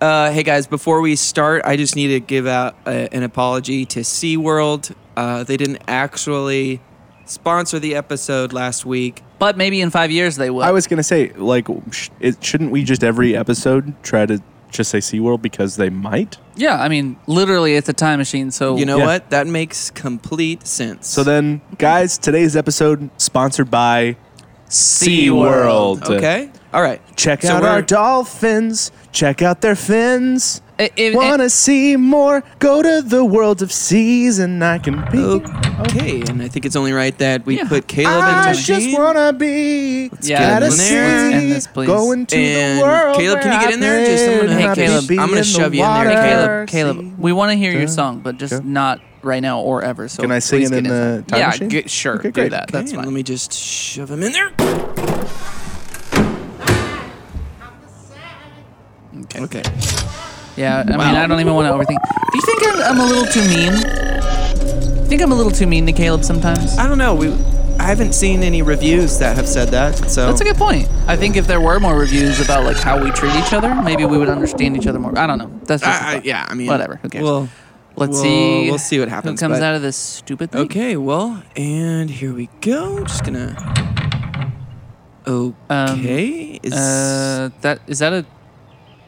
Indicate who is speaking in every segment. Speaker 1: Uh, hey guys, before we start, I just need to give out a, an apology to SeaWorld. Uh, they didn't actually sponsor the episode last week.
Speaker 2: But maybe in five years they will.
Speaker 3: I was gonna say, like, sh- it, shouldn't we just every episode try to just say SeaWorld because they might?
Speaker 2: yeah, I mean, literally, it's a time machine. So
Speaker 1: You know
Speaker 3: Yeah.
Speaker 1: what? That makes complete sense.
Speaker 3: So then, guys, today's episode sponsored by
Speaker 2: SeaWorld.
Speaker 3: SeaWorld.
Speaker 1: okay, all right.
Speaker 3: Check
Speaker 1: So
Speaker 3: out our
Speaker 1: we're-
Speaker 3: dolphins. Check out their fins.
Speaker 2: It- it-
Speaker 3: Want to see more? Go to the world of seas and I can be.
Speaker 1: Okay, and I think it's only right that we
Speaker 2: Yeah. Ah,
Speaker 1: put Caleb
Speaker 3: I
Speaker 1: into
Speaker 3: just
Speaker 1: Gene.
Speaker 3: want to be.
Speaker 2: Yeah,
Speaker 3: gotta
Speaker 1: let's
Speaker 3: see.
Speaker 1: end
Speaker 2: this, please.
Speaker 3: Going to
Speaker 1: And
Speaker 3: the world.
Speaker 1: Caleb, can you
Speaker 3: where
Speaker 1: get in there? Just- I'm
Speaker 3: I
Speaker 1: gonna-
Speaker 3: played
Speaker 2: hey,
Speaker 3: and I
Speaker 2: Caleb,
Speaker 3: could be
Speaker 1: I'm gonna
Speaker 3: in
Speaker 1: shall
Speaker 3: the
Speaker 1: be in there.
Speaker 3: water.
Speaker 2: Caleb,
Speaker 3: See
Speaker 2: Caleb, we want to hear your
Speaker 3: Duh.
Speaker 2: song, but just
Speaker 3: Duh.
Speaker 2: not right now or ever. So
Speaker 3: Can I sing
Speaker 2: please
Speaker 3: it in
Speaker 2: get
Speaker 3: the time
Speaker 2: yeah,
Speaker 3: machine?
Speaker 2: Get, sure,
Speaker 3: Okay,
Speaker 2: do
Speaker 3: great.
Speaker 2: that. That's
Speaker 1: Okay,
Speaker 2: fine.
Speaker 1: Let me just shove him in there.
Speaker 2: okay.
Speaker 1: Okay.
Speaker 2: Yeah, I mean,
Speaker 1: Wow.
Speaker 2: I don't even want to overthink. Do you think I'm, I'm a little too mean? Think I'm a little too mean to Caleb sometimes.
Speaker 1: I don't know. We I haven't seen any reviews that have said that. So
Speaker 2: That's a good point. I think if there were more reviews about like how we treat each other, maybe we would understand each other more. I don't know. That's just a
Speaker 1: I- I-
Speaker 2: thought.
Speaker 1: yeah, I mean,
Speaker 2: whatever. Who cares?
Speaker 1: Well,
Speaker 2: Let's
Speaker 1: we'll-
Speaker 2: see.
Speaker 1: We'll see what happens.
Speaker 2: Who comes
Speaker 1: but-
Speaker 2: out of this stupid thing?
Speaker 1: Okay. Well, and here we go. Just gonna. Okay. is,
Speaker 2: Um, Uh, that is that a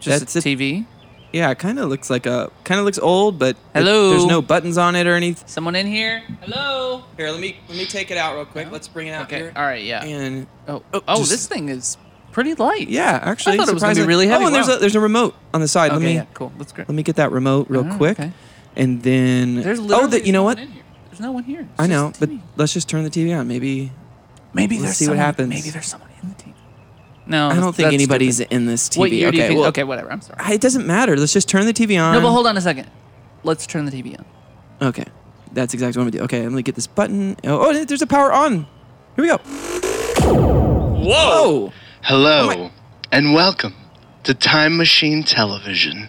Speaker 2: just
Speaker 1: That's
Speaker 2: a
Speaker 1: a-
Speaker 2: TV?
Speaker 1: yeah, it kind of looks like a kind of looks old, but it-
Speaker 2: Hello?
Speaker 1: there's no buttons on it or anything.
Speaker 2: Someone in here? Hello.
Speaker 1: Here, let me let me take it out real quick. Let's bring it out
Speaker 2: Okay.
Speaker 1: here.
Speaker 2: All right. Yeah.
Speaker 1: And
Speaker 2: oh,
Speaker 1: oh,
Speaker 2: oh,
Speaker 1: just-
Speaker 2: this thing is pretty light.
Speaker 1: yeah, actually,
Speaker 2: thought it was gonna be
Speaker 1: surprisingly-
Speaker 2: really heavy.
Speaker 1: Oh, and
Speaker 2: Wow.
Speaker 1: there's a, there's a remote on the side.
Speaker 2: Okay.
Speaker 1: let me
Speaker 2: yeah. Cool. That's great.
Speaker 1: let me get that remote real
Speaker 2: Oh,
Speaker 1: quick,
Speaker 2: okay.
Speaker 1: and then
Speaker 2: There's
Speaker 1: oh,
Speaker 2: literally
Speaker 1: that you know
Speaker 2: no
Speaker 1: what?
Speaker 2: one in here. There's no one here. It's
Speaker 1: I
Speaker 2: just
Speaker 1: know,
Speaker 2: the
Speaker 1: but
Speaker 2: TV.
Speaker 1: let's just turn the TV on. Maybe
Speaker 2: maybe
Speaker 1: let's
Speaker 2: there's
Speaker 1: see what
Speaker 2: someone-
Speaker 1: happens.
Speaker 2: Maybe there's someone in the TV. No,
Speaker 1: I don't
Speaker 2: that's-
Speaker 1: think
Speaker 2: that's
Speaker 1: anybody's
Speaker 2: stupid.
Speaker 1: in this TV.
Speaker 2: What year
Speaker 1: okay,
Speaker 2: do you think?
Speaker 1: well,
Speaker 2: okay, whatever. I'm sorry.
Speaker 1: I- It doesn't matter. Let's just turn the TV on.
Speaker 2: No, but hold on a second. Let's turn the TV on.
Speaker 1: Okay, that's exactly what I'm gonna do. Okay, I'm gonna get this button. Oh, oh, there's a power on. Here we go. Whoa!
Speaker 4: Hello,
Speaker 1: Oh
Speaker 4: and welcome to Time Machine Television.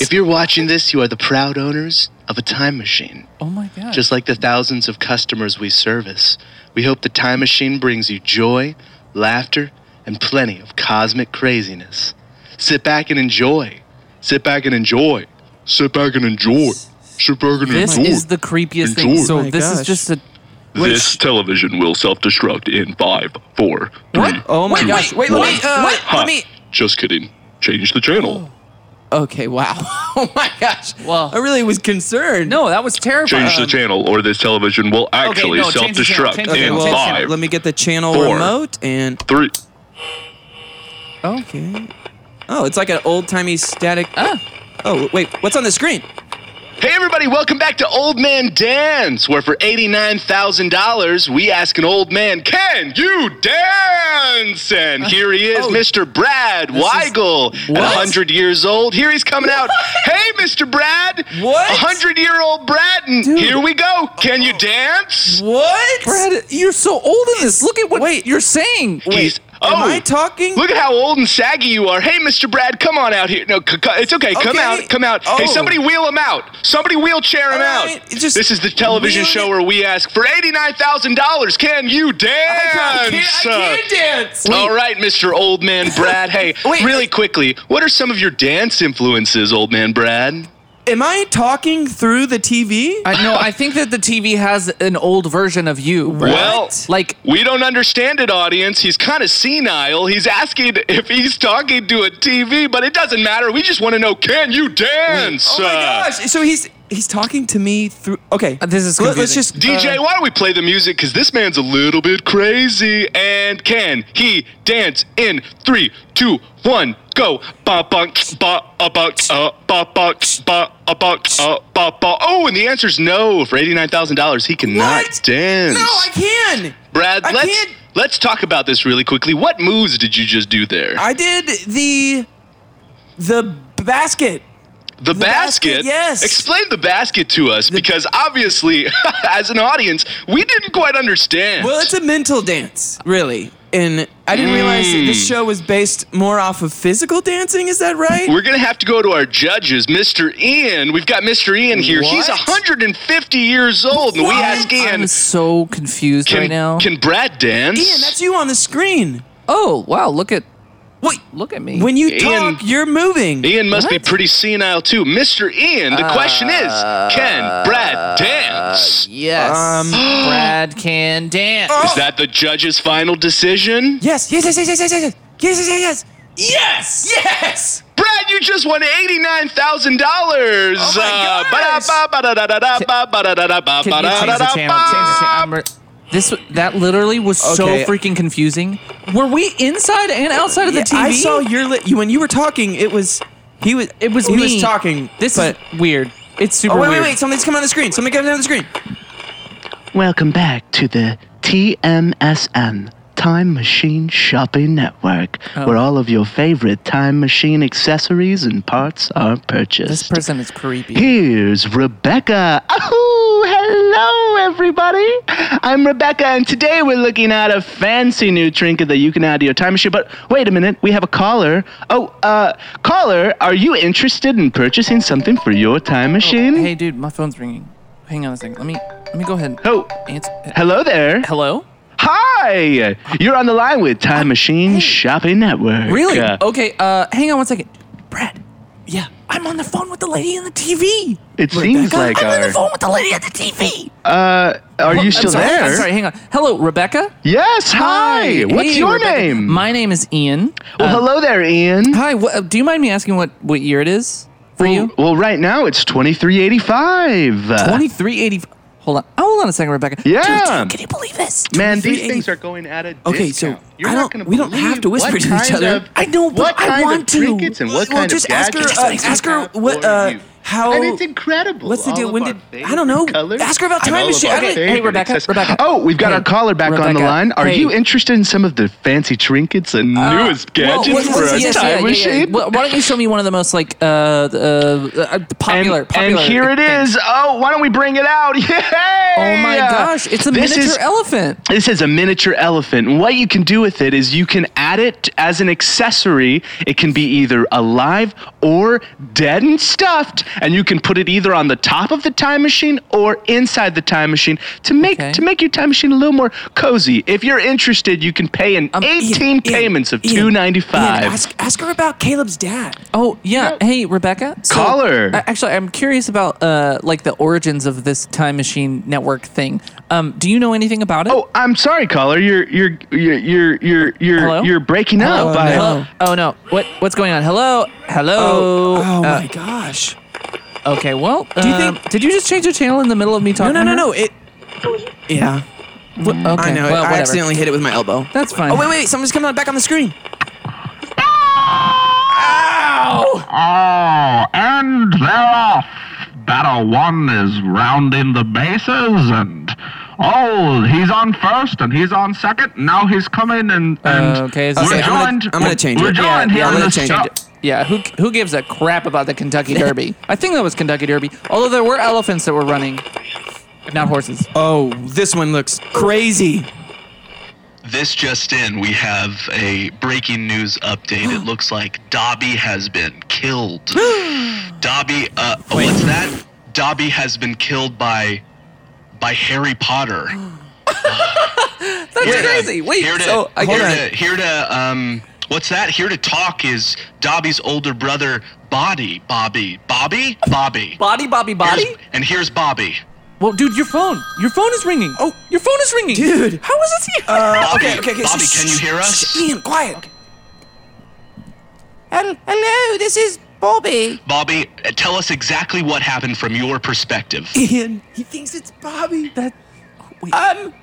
Speaker 4: If you're watching this, you are the proud owners of a time machine.
Speaker 2: Oh my god.
Speaker 4: Just like the thousands of customers we service, we hope the time machine brings you joy, laughter, and plenty of cosmic craziness. Sit back and enjoy. Sit back and enjoy. Sit back and enjoy. Sit back and
Speaker 2: this
Speaker 4: enjoy.
Speaker 2: is the creepiest thing.
Speaker 4: Enjoy.
Speaker 2: So
Speaker 1: Oh my
Speaker 2: this is
Speaker 1: gosh.
Speaker 2: just a
Speaker 5: This television will self-destruct in five, four, three.
Speaker 1: What? Oh my
Speaker 5: two,
Speaker 1: gosh! Wait, let
Speaker 5: one.
Speaker 1: me. Uh,
Speaker 5: Ha,
Speaker 1: Let me.
Speaker 5: Just kidding. Change the channel.
Speaker 1: Okay. Wow. Oh my gosh.
Speaker 2: Well-
Speaker 1: I really was concerned.
Speaker 2: no. That was Uh, terrifying.
Speaker 5: Change the channel, or this television will actually
Speaker 2: um, no, change the channel,
Speaker 5: self-destruct
Speaker 2: change the
Speaker 1: Okay.
Speaker 5: in
Speaker 2: channel,
Speaker 1: Well,
Speaker 2: change the
Speaker 5: five,
Speaker 1: let me get the channel
Speaker 5: Four.
Speaker 1: remote and.
Speaker 5: three.
Speaker 1: Okay. Oh, it's like an old timey static.
Speaker 2: Ah,
Speaker 1: Oh wait, what's on the screen?
Speaker 4: Hey everybody, welcome back to Old Man Dance, where for $89,000 we ask an old man, can you dance? And
Speaker 2: Uh,
Speaker 4: here he
Speaker 2: oh.
Speaker 4: is, Mr. Brad Weigel. At
Speaker 1: What?
Speaker 4: 100 years old, here he's coming out. Hey Mr. Brad!
Speaker 1: What?
Speaker 4: 100-year-old Brad, and here we go. Can
Speaker 2: Oh.
Speaker 4: you dance?
Speaker 1: What?
Speaker 2: Brad, you're so old in this. Look at what
Speaker 1: Wait.
Speaker 2: you're saying.
Speaker 4: He's-
Speaker 1: Am
Speaker 4: oh,
Speaker 1: I talking?
Speaker 4: Look at how old and saggy you are. Hey, Mr. Brad, come on out here. No, c- c- it's okay. Come
Speaker 1: Okay.
Speaker 4: out. Come out.
Speaker 1: Oh.
Speaker 4: Hey, somebody wheel him out. Somebody wheelchair him
Speaker 1: All
Speaker 4: out.
Speaker 1: right, just
Speaker 4: this is the television
Speaker 1: wheel
Speaker 4: show
Speaker 1: it-
Speaker 4: where we ask for $89,000, can you dance? Uh,
Speaker 1: I can't, I can't dance.
Speaker 4: All right, Mr. Old Man Brad. Hey,
Speaker 1: Wait.
Speaker 4: really quickly, what are some of your dance influences, Old Man Brad?
Speaker 1: Am I talking through the TV?
Speaker 2: I no, I think that the TV has an old version of you. Brad.
Speaker 4: Well-
Speaker 2: like
Speaker 4: We don't understand it, audience. He's kind of senile. He's asking if he's talking to a TV, but it doesn't matter. We just want to know, can you dance?
Speaker 1: oh my
Speaker 4: Uh,
Speaker 1: gosh! So he's he's talking to me through. Okay,
Speaker 2: Uh, this is
Speaker 1: Let- let's
Speaker 2: confusing.
Speaker 1: just
Speaker 4: DJ,
Speaker 1: uh,
Speaker 4: why don't we play the music? Because this man's a little bit crazy. And can he dance in three, two, one, go? Ba ba ba ba ba uh, ba ba ba uh, ba uh, ba ba. Oh, and the answer's no. For eighty-nine thousand dollars, he cannot
Speaker 1: What?
Speaker 4: dance.
Speaker 1: no, I can.
Speaker 4: Brad,
Speaker 1: I
Speaker 4: let's
Speaker 1: can't.
Speaker 4: let's talk about this really quickly. What moves did you just do there?
Speaker 1: I did the the basket.
Speaker 4: The,
Speaker 1: basket,
Speaker 4: basket?
Speaker 1: yes.
Speaker 4: Explain the basket to us because obviously, as an audience, we didn't quite understand.
Speaker 1: Well, it's a mental dance, really. And I didn't realize that this
Speaker 4: Hmm.
Speaker 1: show was based more off of physical dancing. Is that right?
Speaker 4: We're gonna have to go to our judges, Mr. Ian. We've got Mr. Ian here. He's
Speaker 1: What?
Speaker 4: 150 years old, and we
Speaker 1: What?
Speaker 4: ask Ian,
Speaker 2: I'm so confused
Speaker 4: can,
Speaker 2: right now.
Speaker 4: can Brad dance?
Speaker 1: Ian, that's you on the screen.
Speaker 2: oh wow, look at
Speaker 1: Wait,
Speaker 2: Look at me.
Speaker 1: when you
Speaker 6: Ian-
Speaker 1: talk, you're moving.
Speaker 6: Ian must be
Speaker 2: What?
Speaker 6: pretty senile too. Mr. Ian, the question is can
Speaker 2: Uh,
Speaker 6: Brad dance?
Speaker 2: yes,
Speaker 1: Um,
Speaker 2: Brad can dance.
Speaker 4: Oh.
Speaker 6: Is that the judge's final decision?
Speaker 1: Yes, yes, yes, yes, yes, yes, yes, yes, yes, yes, yes, yes.
Speaker 6: Brad, you just won eighty-nine thousand dollars. Uh,
Speaker 1: Oh my gosh.
Speaker 2: Can you change the channel? Change the channel. I'm re- This that literally was
Speaker 1: Okay.
Speaker 2: so freaking confusing. Were we inside and outside of the TV?
Speaker 1: I saw your li- you when you were talking. It was he was
Speaker 2: It was
Speaker 1: he
Speaker 2: me.
Speaker 1: was talking.
Speaker 2: This
Speaker 1: but,
Speaker 2: is weird. It's super
Speaker 1: oh wait wait
Speaker 2: weird.
Speaker 1: wait something's coming on the screen. Something coming on the screen.
Speaker 4: Welcome back to the TMSN Time Machine Shopping Network, where all of your favorite time machine accessories and parts are
Speaker 2: This
Speaker 4: purchased.
Speaker 2: person is creepy.
Speaker 4: Here's Rebecca. Oh, hello, everybody. I'm Rebecca, and today we're looking at a fancy new trinket that you can add to your time machine. But wait a minute, we have a caller. Oh, uh, caller, are you interested in purchasing something for your time machine?
Speaker 2: Hey, dude, my phone's ringing. Hang on a second. Let me let me go ahead. and
Speaker 4: Oh,
Speaker 2: Answer.
Speaker 4: hello there.
Speaker 2: Hello.
Speaker 4: Hi! You're on the line with Time Machine Shopping Network.
Speaker 2: Oh, Really?
Speaker 4: Uh,
Speaker 2: Okay. Uh, hang on one second. Brad. Yeah, I'm on the phone with the lady in the TV.
Speaker 4: It seems like
Speaker 2: I'm on the
Speaker 4: our.
Speaker 2: phone with the lady at the TV.
Speaker 4: Uh, are you still
Speaker 2: I'm sorry,
Speaker 4: there?
Speaker 2: I'm sorry. Hang on. Hello, Rebecca.
Speaker 4: Yes. Hi. What's
Speaker 2: Hey,
Speaker 4: your
Speaker 2: Rebecca.
Speaker 4: name?
Speaker 2: My name is Ian.
Speaker 4: well, hello there, Ian.
Speaker 2: Hi. What, uh, do you mind me asking what what year it is for you?
Speaker 4: Well, right now it's twenty three eighty five.
Speaker 2: Twenty three eighty. Hold on. Oh, hold on a second, Rebecca.
Speaker 4: Yeah.
Speaker 2: Dude, can you believe this?
Speaker 4: Man, these
Speaker 1: 23.80.
Speaker 4: things are going at a discount.
Speaker 1: Okay, so
Speaker 4: You're
Speaker 1: I
Speaker 4: not
Speaker 1: don't-
Speaker 4: gonna
Speaker 1: we don't have
Speaker 4: believe
Speaker 1: to whisper
Speaker 4: what
Speaker 1: to each
Speaker 4: kind
Speaker 1: other.
Speaker 4: Of,
Speaker 2: I know, but
Speaker 4: what
Speaker 2: I
Speaker 4: kind
Speaker 2: want
Speaker 4: of
Speaker 2: to.
Speaker 4: trinkets and what
Speaker 1: well,
Speaker 4: kind
Speaker 1: just
Speaker 4: of
Speaker 1: ask her.
Speaker 4: gadgets
Speaker 1: Uh,
Speaker 4: these
Speaker 1: ask her
Speaker 4: have
Speaker 1: what.
Speaker 4: for
Speaker 1: Uh,
Speaker 4: you.
Speaker 1: how?
Speaker 4: and it's incredible.
Speaker 1: What's the
Speaker 4: all
Speaker 1: deal?
Speaker 4: of
Speaker 1: When
Speaker 4: our
Speaker 1: did I don't know?
Speaker 4: favorite Colors,
Speaker 1: Ask her about
Speaker 4: and
Speaker 1: time
Speaker 4: all of
Speaker 1: machine.
Speaker 4: our
Speaker 1: I don't-
Speaker 4: favorite
Speaker 2: Hey, Rebecca,
Speaker 4: accessories.
Speaker 2: Rebecca.
Speaker 4: Oh, we've got
Speaker 2: Hey,
Speaker 4: our caller back on the
Speaker 2: Rebecca,
Speaker 4: line. Are you
Speaker 2: hey.
Speaker 4: interested in some of the fancy trinkets
Speaker 1: Uh,
Speaker 4: and newest
Speaker 2: Well,
Speaker 4: gadgets
Speaker 2: what-
Speaker 4: for
Speaker 2: what's-
Speaker 4: our
Speaker 2: yes, yeah,
Speaker 4: time
Speaker 2: yeah,
Speaker 4: machine?
Speaker 2: yeah. Why why don't you show me one of the most like uh, uh, uh popular,
Speaker 4: and,
Speaker 2: popular?
Speaker 4: And here it
Speaker 2: things.
Speaker 4: is. Oh, why don't we bring it out? Yay!
Speaker 2: Oh my gosh, it's a
Speaker 4: This
Speaker 2: miniature
Speaker 4: is-
Speaker 2: elephant.
Speaker 4: This is a miniature elephant. And what you can do with it is you can add it as an accessory. It can be either alive or dead and stuffed, and you can put it either on the top of the time machine or inside the time machine to make
Speaker 2: Okay.
Speaker 4: to make your time machine a little more cozy. If you're interested, you can pay in
Speaker 2: Um, Ian,
Speaker 4: 18
Speaker 1: Ian,
Speaker 4: payments of
Speaker 1: Ian,
Speaker 4: 295.
Speaker 1: Ian, ask, ask her about Caleb's dad.
Speaker 2: Oh yeah. Hey Rebecca. So,
Speaker 4: Caller.
Speaker 2: I- actually, I'm curious about uh like the origins of this time machine network thing. Um, do you know anything about it?
Speaker 4: Oh, I'm sorry, caller. You're you're you're you're you're you're,
Speaker 2: Hello?
Speaker 4: you're breaking
Speaker 2: Hello?
Speaker 4: up. I-
Speaker 2: Hello? Oh no. What what's going on? Hello. Hello.
Speaker 1: Oh,
Speaker 2: Uh,
Speaker 1: my gosh.
Speaker 2: Okay. Well, do
Speaker 1: you
Speaker 2: you
Speaker 1: think-
Speaker 2: think? Did you just change your channel in the middle of me
Speaker 1: No
Speaker 2: talking?
Speaker 1: no
Speaker 2: to
Speaker 1: no
Speaker 2: her?
Speaker 1: no. It. Yeah. I
Speaker 2: Okay.
Speaker 1: know.
Speaker 2: Well,
Speaker 1: I
Speaker 2: whatever.
Speaker 1: accidentally hit it with my elbow.
Speaker 2: That's fine.
Speaker 1: Oh wait, wait! Something's coming on back on the screen.
Speaker 7: Oh, and they're off. Battle one is rounding the bases, and oh, he's on first, and he's on second. Now he's coming, and and
Speaker 2: Uh, okay, is
Speaker 7: we're
Speaker 2: this
Speaker 1: Okay, I'm gonna-
Speaker 7: joined.
Speaker 1: I'm gonna change
Speaker 7: we're
Speaker 1: it. Yeah,
Speaker 7: joined
Speaker 1: yeah,
Speaker 7: here
Speaker 1: I'm
Speaker 7: in
Speaker 1: gonna
Speaker 7: this
Speaker 1: change
Speaker 7: show-
Speaker 1: it.
Speaker 2: Yeah, who who gives a crap about the Kentucky Derby? I think that was Kentucky Derby. Although there were elephants that were running, not horses.
Speaker 1: Oh, this one looks crazy.
Speaker 8: This just in, we have a breaking news update. it looks like Dobby has been killed. Dobby, uh, what's that? Dobby has been killed by by Harry Potter.
Speaker 2: That's
Speaker 8: Here to-
Speaker 2: crazy. Wait,
Speaker 8: here to,
Speaker 2: so I
Speaker 8: here
Speaker 2: guess
Speaker 8: to, here to um, what's that? Here to talk is Dobby's older brother, Bobby. Bobby, Bobby, Bobby.
Speaker 2: body, Bobby, body.
Speaker 8: Here's- and here's Bobby.
Speaker 2: well, dude, your phone, your phone is ringing. Oh, your phone is ringing,
Speaker 1: Dude.
Speaker 2: How is this? Here?
Speaker 1: Uh,
Speaker 8: Bobby,
Speaker 1: okay, okay, okay.
Speaker 8: Bobby,
Speaker 1: shh,
Speaker 8: can you
Speaker 1: shh,
Speaker 8: hear us?
Speaker 1: shh, Ian, quiet. Hel- Hello, this is Bobby.
Speaker 8: Bobby, uh, tell us exactly what happened from your perspective.
Speaker 1: Ian, he thinks it's Bobby. That. Wait.
Speaker 2: um,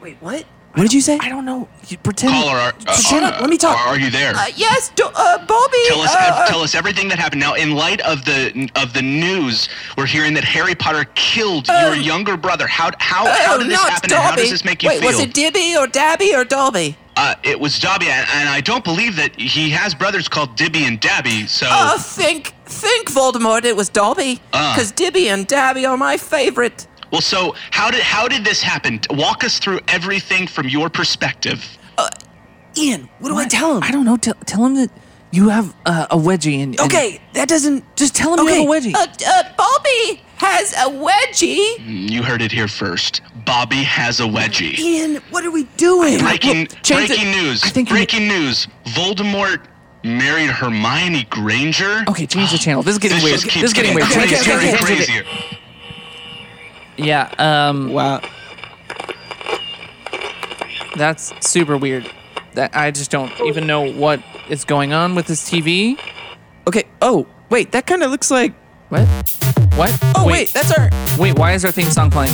Speaker 1: Wait, what? What did you say?
Speaker 2: I don't know. You pretend.
Speaker 8: Caller, are, uh,
Speaker 1: Shut
Speaker 8: are-
Speaker 1: up, let me talk.
Speaker 8: Are, are you there?
Speaker 1: yes, do, uh, Bobby.
Speaker 8: Tell us, tell us everything that happened. Now, in light of the of the news, we're hearing that Harry Potter killed
Speaker 2: Oh.
Speaker 8: your younger brother. How how, how did this happen? And how does this make you feel?
Speaker 1: Dibby or Dabby or Dolby?
Speaker 8: uh, it was Dobby, and, and I don't believe that he has brothers called Dibby and Dabby. So
Speaker 1: Uh,
Speaker 2: Oh.
Speaker 1: think, think, Voldemort. It was Dobby.
Speaker 8: Uh. 'Cause
Speaker 1: Dibby and Dabby are my favorite.
Speaker 8: well, so how did how did this happen? Walk us through everything from your perspective.
Speaker 1: Ian, what do I tell him?
Speaker 2: I don't know. Tell, tell him that you have uh, a wedgie in. in-
Speaker 1: Okay, that doesn't.
Speaker 2: just tell him
Speaker 1: okay.
Speaker 2: you have a wedgie.
Speaker 1: uh, Bobby
Speaker 8: has a wedgie.
Speaker 9: You heard it here first. Bobby has a wedgie.
Speaker 1: Ian, what are we doing?
Speaker 9: Breaking,
Speaker 2: change
Speaker 9: breaking
Speaker 2: it.
Speaker 9: news.
Speaker 2: I think we-
Speaker 9: breaking news. Voldemort married Hermione Granger.
Speaker 2: Okay, change the channel. This is getting
Speaker 9: This
Speaker 2: weird.
Speaker 9: just
Speaker 2: This
Speaker 9: keeps
Speaker 2: is getting weird. Change it,
Speaker 9: crazier
Speaker 2: change it,
Speaker 9: and
Speaker 2: change it.
Speaker 9: crazier.
Speaker 2: Yeah, um,
Speaker 1: Wow.
Speaker 2: that's super weird. That I just don't even know what is going on with this TV.
Speaker 1: Okay. Oh, wait. That kind of looks like.
Speaker 2: What? What?
Speaker 1: Oh, wait. that's our.
Speaker 2: Wait, why is our theme song playing?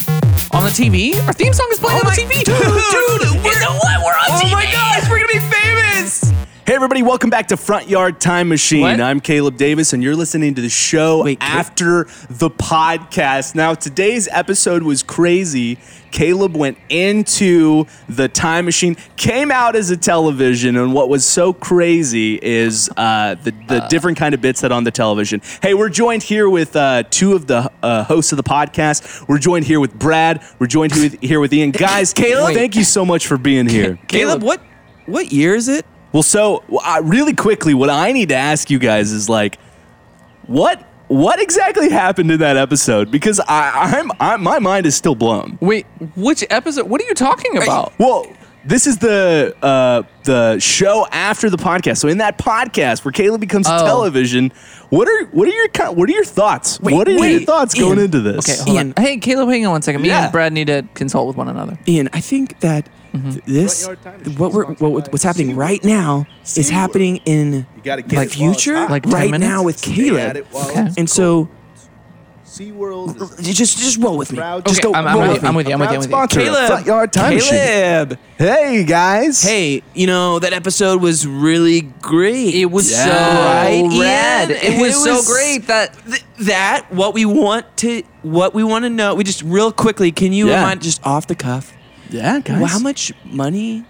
Speaker 2: On the TV? Our theme song is playing on the TV.
Speaker 1: Dude, we're,
Speaker 8: We're on
Speaker 1: oh
Speaker 8: TV.
Speaker 1: my gosh, we're gonna be famous.
Speaker 3: Hey, everybody, welcome back to Front Yard Time Machine.
Speaker 2: What?
Speaker 3: I'm Caleb Davis, and you're listening to the show
Speaker 1: Wait, Ca-
Speaker 3: after the podcast. Now, today's episode was crazy. Caleb went into the time machine, came out as a television, and what was so crazy is uh, the, the different kind of bits that on the television. Hey, we're joined here with uh, two of the uh, hosts of the podcast. We're joined here with Brad. We're joined here with, here with Ian. Guys, Caleb,
Speaker 1: Wait.
Speaker 3: thank you so much for being here.
Speaker 1: Caleb, what? What year is it?
Speaker 3: Well, so well, I, really quickly, what I need to ask you guys is like, what what exactly happened in that episode? Because I, I'm I, my mind is still blown.
Speaker 2: Wait, which episode? What are you talking about?
Speaker 3: Well, this is the uh, the show after the podcast. So in that podcast where Caleb becomes
Speaker 2: Oh.
Speaker 3: television, what are what are your co- what are your thoughts?
Speaker 1: Wait,
Speaker 3: what are your
Speaker 1: wait,
Speaker 3: thoughts going
Speaker 1: Ian.
Speaker 3: into this?
Speaker 2: Okay, hold
Speaker 1: Ian.
Speaker 2: on. Hey, Caleb, hang on one second. Me
Speaker 3: Yeah.
Speaker 2: and Brad need to consult with one another.
Speaker 1: Ian, I think that th- this, what we're, what, what's happening right now is happening in
Speaker 10: gotta get
Speaker 1: my
Speaker 10: it while it's
Speaker 1: future,
Speaker 10: hot.
Speaker 2: Like 10
Speaker 1: right
Speaker 2: minutes?
Speaker 1: now with Caleb. And so, you just just roll with me. Just
Speaker 2: Okay,
Speaker 1: go.
Speaker 2: I'm- I'm
Speaker 1: roll
Speaker 2: with
Speaker 1: with
Speaker 2: you, I'm
Speaker 1: me.
Speaker 2: with you, I'm with you, I'm with you.
Speaker 1: Caleb,
Speaker 3: Front yard time machine.
Speaker 1: Caleb,
Speaker 3: Hey guys.
Speaker 1: hey, you know that episode was really great.
Speaker 2: It was
Speaker 1: Yeah.
Speaker 2: so
Speaker 1: Right, Ian?
Speaker 2: rad. It was so great that
Speaker 1: th- that what we want to what we want to know. We just real quickly. Can you
Speaker 3: Yeah.
Speaker 1: remind just off the cuff?
Speaker 3: Yeah, guys.
Speaker 1: How much money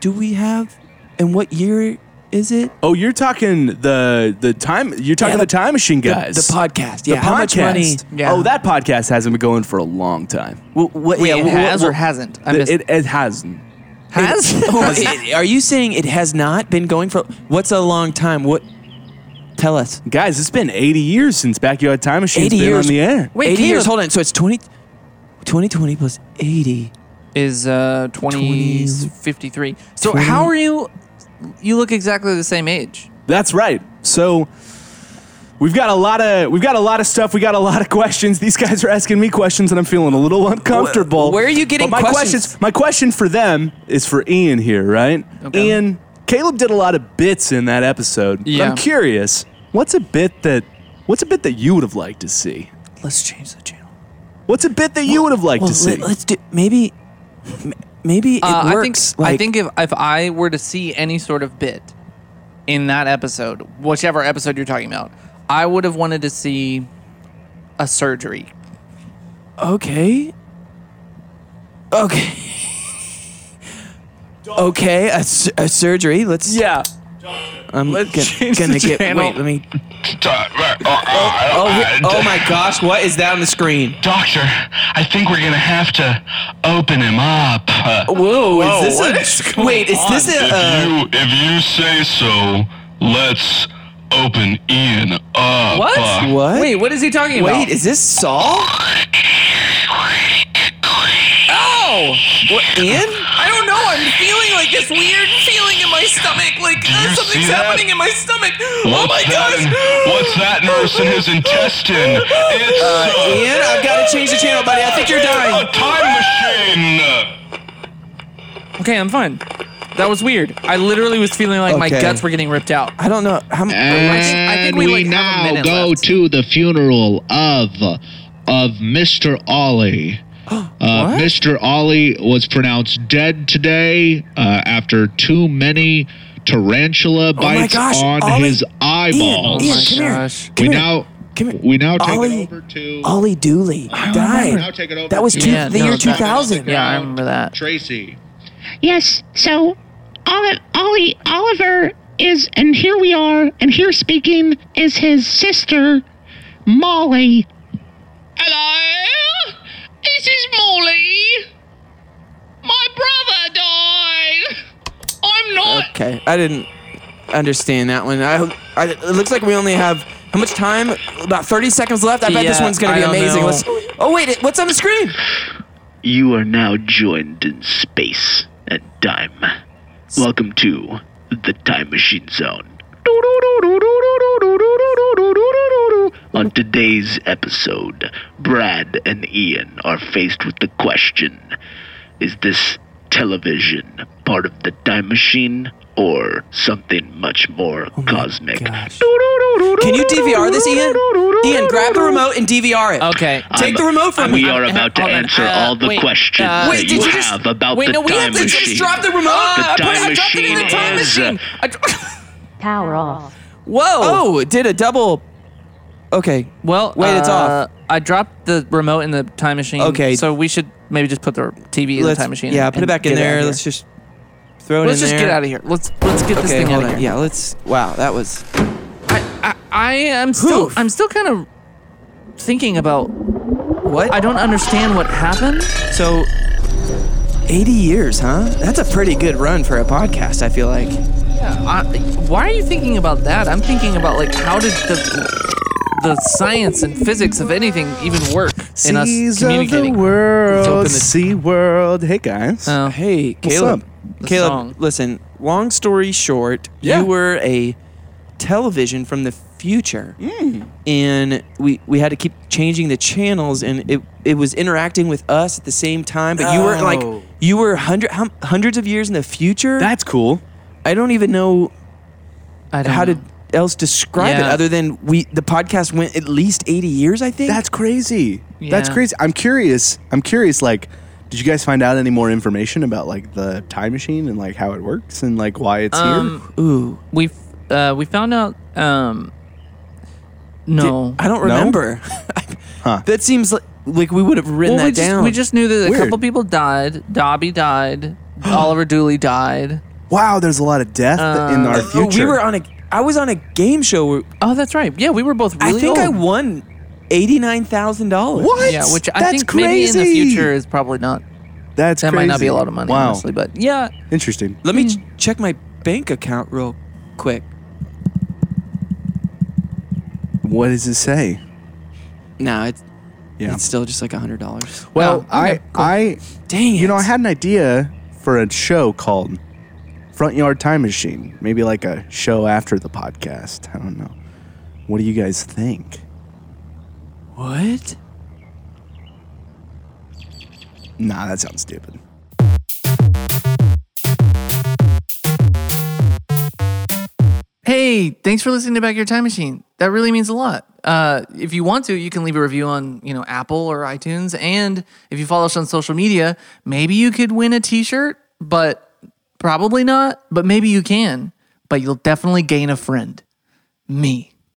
Speaker 1: do we have, and what year is it?
Speaker 3: Oh, you're talking the the time. You're talking
Speaker 1: Yeah,
Speaker 3: the,
Speaker 1: the-
Speaker 3: time machine
Speaker 1: The-
Speaker 3: guys.
Speaker 1: The, podcast. Yeah.
Speaker 3: The
Speaker 1: How much money?
Speaker 3: podcast.
Speaker 2: Yeah.
Speaker 3: Oh, that podcast hasn't been going for a long time.
Speaker 1: Well, Oh, what,
Speaker 2: Wait,
Speaker 1: yeah,
Speaker 2: it
Speaker 1: wha-
Speaker 2: has
Speaker 1: wha-
Speaker 2: or hasn't? I
Speaker 3: It,
Speaker 2: missed.
Speaker 3: it, it hasn't.
Speaker 2: has?
Speaker 1: Oh, it- are you saying it has not been going for? What's a long time? What? Tell us.
Speaker 3: Guys, it's been 80 years since Backyard Time Machine's
Speaker 1: 80
Speaker 3: been
Speaker 1: years.
Speaker 3: on the air.
Speaker 2: Wait,
Speaker 1: eighty years.
Speaker 2: Caleb-
Speaker 1: Hold on. So it's 20, 2020 plus eighty.
Speaker 2: is uh 20
Speaker 1: Twenty-
Speaker 2: 53 so how are you you look exactly the same age
Speaker 3: That's right. So we've got a lot of we've got a lot of stuff. We got a lot of questions. These guys are asking me questions, and I'm feeling a little uncomfortable.
Speaker 1: where are you getting
Speaker 3: but my
Speaker 1: questions?
Speaker 3: My question for them is for Ian here, right?
Speaker 2: Okay.
Speaker 3: Ian, Caleb did a lot of bits in that episode.
Speaker 2: Yeah.
Speaker 3: I'm curious. What's a bit that What's a bit that you would have liked to see?
Speaker 1: Let's change the channel.
Speaker 3: What's a bit that you would have liked
Speaker 1: Well,
Speaker 3: to see?
Speaker 1: Let, us do maybe. m- Maybe it
Speaker 2: Uh,
Speaker 1: works.
Speaker 2: i think i think if, if i were to see any sort of bit in that episode whichever episode you're talking about i would have wanted to see a surgery
Speaker 1: Okay. Okay. okay. A, su- a surgery. Let's.
Speaker 3: yeah.
Speaker 1: I'm gonna,
Speaker 2: change
Speaker 1: gonna
Speaker 2: the
Speaker 1: get.
Speaker 2: channel.
Speaker 1: Wait. Let me.
Speaker 9: uh,
Speaker 1: Oh, wait, oh my gosh! What is that on the screen?
Speaker 9: Doctor, I think we're gonna have to open him up. Uh,
Speaker 1: Whoa! Is
Speaker 9: what
Speaker 1: this a? Wait. Is this a? Uh,
Speaker 5: you if you say so, let's open Ian up. Uh,
Speaker 2: what
Speaker 1: what?
Speaker 2: wait what is he talking about
Speaker 1: Wait, is this Saul?
Speaker 2: oh
Speaker 1: What, Ian?
Speaker 2: i don't know i'm feeling like this weird feeling in my stomach like uh,
Speaker 5: you
Speaker 2: something's
Speaker 5: see that?
Speaker 2: happening in my stomach oh
Speaker 5: What's
Speaker 2: my
Speaker 5: that
Speaker 2: gosh
Speaker 5: in- what's that nurse in his intestine? It's
Speaker 2: Uh,
Speaker 5: a-
Speaker 1: Ian, I've got to change the channel, buddy. I think you're
Speaker 5: a,
Speaker 1: dying.
Speaker 5: time machine.
Speaker 2: Okay, I'm fine. That was weird. I literally was feeling like my
Speaker 1: Okay.
Speaker 2: guts were getting ripped out.
Speaker 1: I don't know. How,
Speaker 2: I think, I think
Speaker 10: And
Speaker 2: we,
Speaker 10: we,
Speaker 2: like have a
Speaker 10: now
Speaker 2: minute
Speaker 10: go
Speaker 2: left.
Speaker 10: to the funeral of of Mr. Ollie.
Speaker 2: Oh,
Speaker 10: Uh, Mr. Ollie was pronounced dead today uh, after too many tarantula
Speaker 2: Oh
Speaker 10: bites
Speaker 1: gosh,
Speaker 10: on
Speaker 1: Ollie-
Speaker 10: his eyeballs.
Speaker 1: Ian,
Speaker 2: my
Speaker 1: come here.
Speaker 2: gosh.
Speaker 10: we
Speaker 1: Come here.
Speaker 10: now
Speaker 1: Come here.
Speaker 10: we now take
Speaker 1: Ollie-
Speaker 10: it over to
Speaker 1: Ollie Dooley died.
Speaker 10: now take it over
Speaker 1: That was
Speaker 10: to
Speaker 1: two,
Speaker 2: Yeah,
Speaker 1: the
Speaker 2: no,
Speaker 1: year
Speaker 2: that-
Speaker 1: 2000.
Speaker 2: Yeah, I remember that.
Speaker 10: Tracy.
Speaker 11: Yes, so Oli- Ollie Oliver is, and here we are, and here speaking is his sister, Molly. Hello, this is Molly. My brother died. I'm not.
Speaker 1: Okay, I didn't understand that one. I, I it looks like we only have How much time? About 30 seconds left. I bet this
Speaker 12: Yeah,
Speaker 1: one's going
Speaker 12: I
Speaker 1: to be
Speaker 12: don't
Speaker 1: amazing.
Speaker 12: know.
Speaker 1: Let's, oh, wait. it- What's on the screen?
Speaker 12: You are now joined in space and time. Welcome to the Time Machine Zone. On today's episode, Brad and Ian are faced with the question Is this television part of the time machine or something much more cosmic?
Speaker 1: Can you DVR this, Ian? Ian, grab the remote and DVR it.
Speaker 2: Okay.
Speaker 1: Take the remote from
Speaker 12: we
Speaker 1: me.
Speaker 12: are about to
Speaker 1: Hold on,
Speaker 12: answer
Speaker 1: uh,
Speaker 12: all the
Speaker 1: wait,
Speaker 12: questions
Speaker 1: uh,
Speaker 12: that
Speaker 1: wait,
Speaker 12: you
Speaker 1: did you
Speaker 12: have
Speaker 1: just-
Speaker 12: about
Speaker 1: wait,
Speaker 12: the
Speaker 1: no, we
Speaker 12: time
Speaker 1: have to just
Speaker 12: machine.
Speaker 1: drop the remote.
Speaker 12: The
Speaker 1: Ah, I put it-
Speaker 12: time
Speaker 1: I dropped it in
Speaker 12: machine
Speaker 1: the time
Speaker 12: is uh,
Speaker 1: machine.
Speaker 13: Power off.
Speaker 1: Whoa. Oh, it did a double. Okay.
Speaker 2: Well,
Speaker 1: Wait, it's
Speaker 2: uh, I dropped the remote in the time machine.
Speaker 1: Okay.
Speaker 2: So we should maybe just put the TV in
Speaker 1: Let's-
Speaker 2: the time machine.
Speaker 1: yeah,
Speaker 2: and-
Speaker 1: put it
Speaker 2: and
Speaker 1: back in
Speaker 2: get out of
Speaker 1: there.
Speaker 2: here.
Speaker 1: Let's just throw it
Speaker 2: Let's
Speaker 1: in
Speaker 2: just
Speaker 1: there.
Speaker 2: get out of here. Let's let's get
Speaker 1: okay,
Speaker 2: this thing
Speaker 1: hold
Speaker 2: out
Speaker 1: on.
Speaker 2: of here.
Speaker 1: Yeah, let's. Wow, that was.
Speaker 2: I am still I'm still kind of thinking about
Speaker 1: what
Speaker 2: I don't understand what happened.
Speaker 1: So, 80 years, huh? That's a pretty good run for a podcast, I feel like.
Speaker 2: Yeah, I, why are you thinking about that? I'm thinking about like how did the the science and physics of anything even work in us
Speaker 3: Seas of the
Speaker 2: communicating? Oh, Let's
Speaker 3: world,
Speaker 2: open
Speaker 3: sea world. Hey guys.
Speaker 1: hey,
Speaker 3: What's
Speaker 1: Caleb.
Speaker 3: up?
Speaker 1: Caleb, listen, long story short, you were a television from the future.
Speaker 2: Mm.
Speaker 1: And we, we had to keep changing the channels, and it, it was interacting with us at the same time. But you were
Speaker 3: Oh.
Speaker 1: like, you were hundred, hum, hundreds of years in the future.
Speaker 3: That's cool.
Speaker 1: I don't even know
Speaker 2: I don't
Speaker 1: how
Speaker 2: know.
Speaker 1: to else describe it
Speaker 2: Uh-huh. Yeah.
Speaker 1: other than we the podcast went at least 80 years, I think.
Speaker 3: That's crazy. That's
Speaker 1: Yeah.
Speaker 3: crazy. I'm curious. I'm curious. Like, did you guys find out any more information about like the time machine and like how it works and like why it's
Speaker 2: Um,
Speaker 1: here? Ooh,
Speaker 2: we uh, we found out. Um, no,
Speaker 1: I don't remember. That seems like, like we would have written
Speaker 2: Well,
Speaker 1: that
Speaker 2: we just,
Speaker 1: down.
Speaker 2: We just knew that a
Speaker 1: Weird.
Speaker 2: couple people died. Dobby died. Oliver Dooley died.
Speaker 3: Wow, there's a lot of death
Speaker 2: uh,
Speaker 3: in our
Speaker 1: Oh, we
Speaker 3: future.
Speaker 1: were on a. I was on a game show. Where,
Speaker 2: oh, that's right. Yeah, we were both.
Speaker 1: I think
Speaker 2: Oh.
Speaker 1: I won eighty nine thousand dollars.
Speaker 2: Yeah, which I think maybe in the future is probably not.
Speaker 3: That's
Speaker 2: that might not be
Speaker 1: crazy.
Speaker 2: a lot of money,
Speaker 1: Wow.
Speaker 2: honestly. But yeah,
Speaker 3: Interesting.
Speaker 1: Let me ch- check my bank account real quick.
Speaker 3: What does it say?
Speaker 1: No, it's
Speaker 3: Yeah.
Speaker 1: it's still just like hundred dollars.
Speaker 3: Well,
Speaker 2: Oh,
Speaker 3: I, I,
Speaker 1: dang,
Speaker 3: you know, I had an idea for a show called Front Yard Time Machine. Maybe like a show after the podcast. I don't know. What do you guys think?
Speaker 1: What?
Speaker 3: Nah, that sounds stupid.
Speaker 2: Hey, thanks for listening to Back Your Time Machine. That really means a lot. Uh, if you want to, you can leave a review on you know Apple or iTunes, and if you follow us on social media, maybe you could win a T-shirt, but probably not. But maybe you can. But you'll definitely gain a friend, me.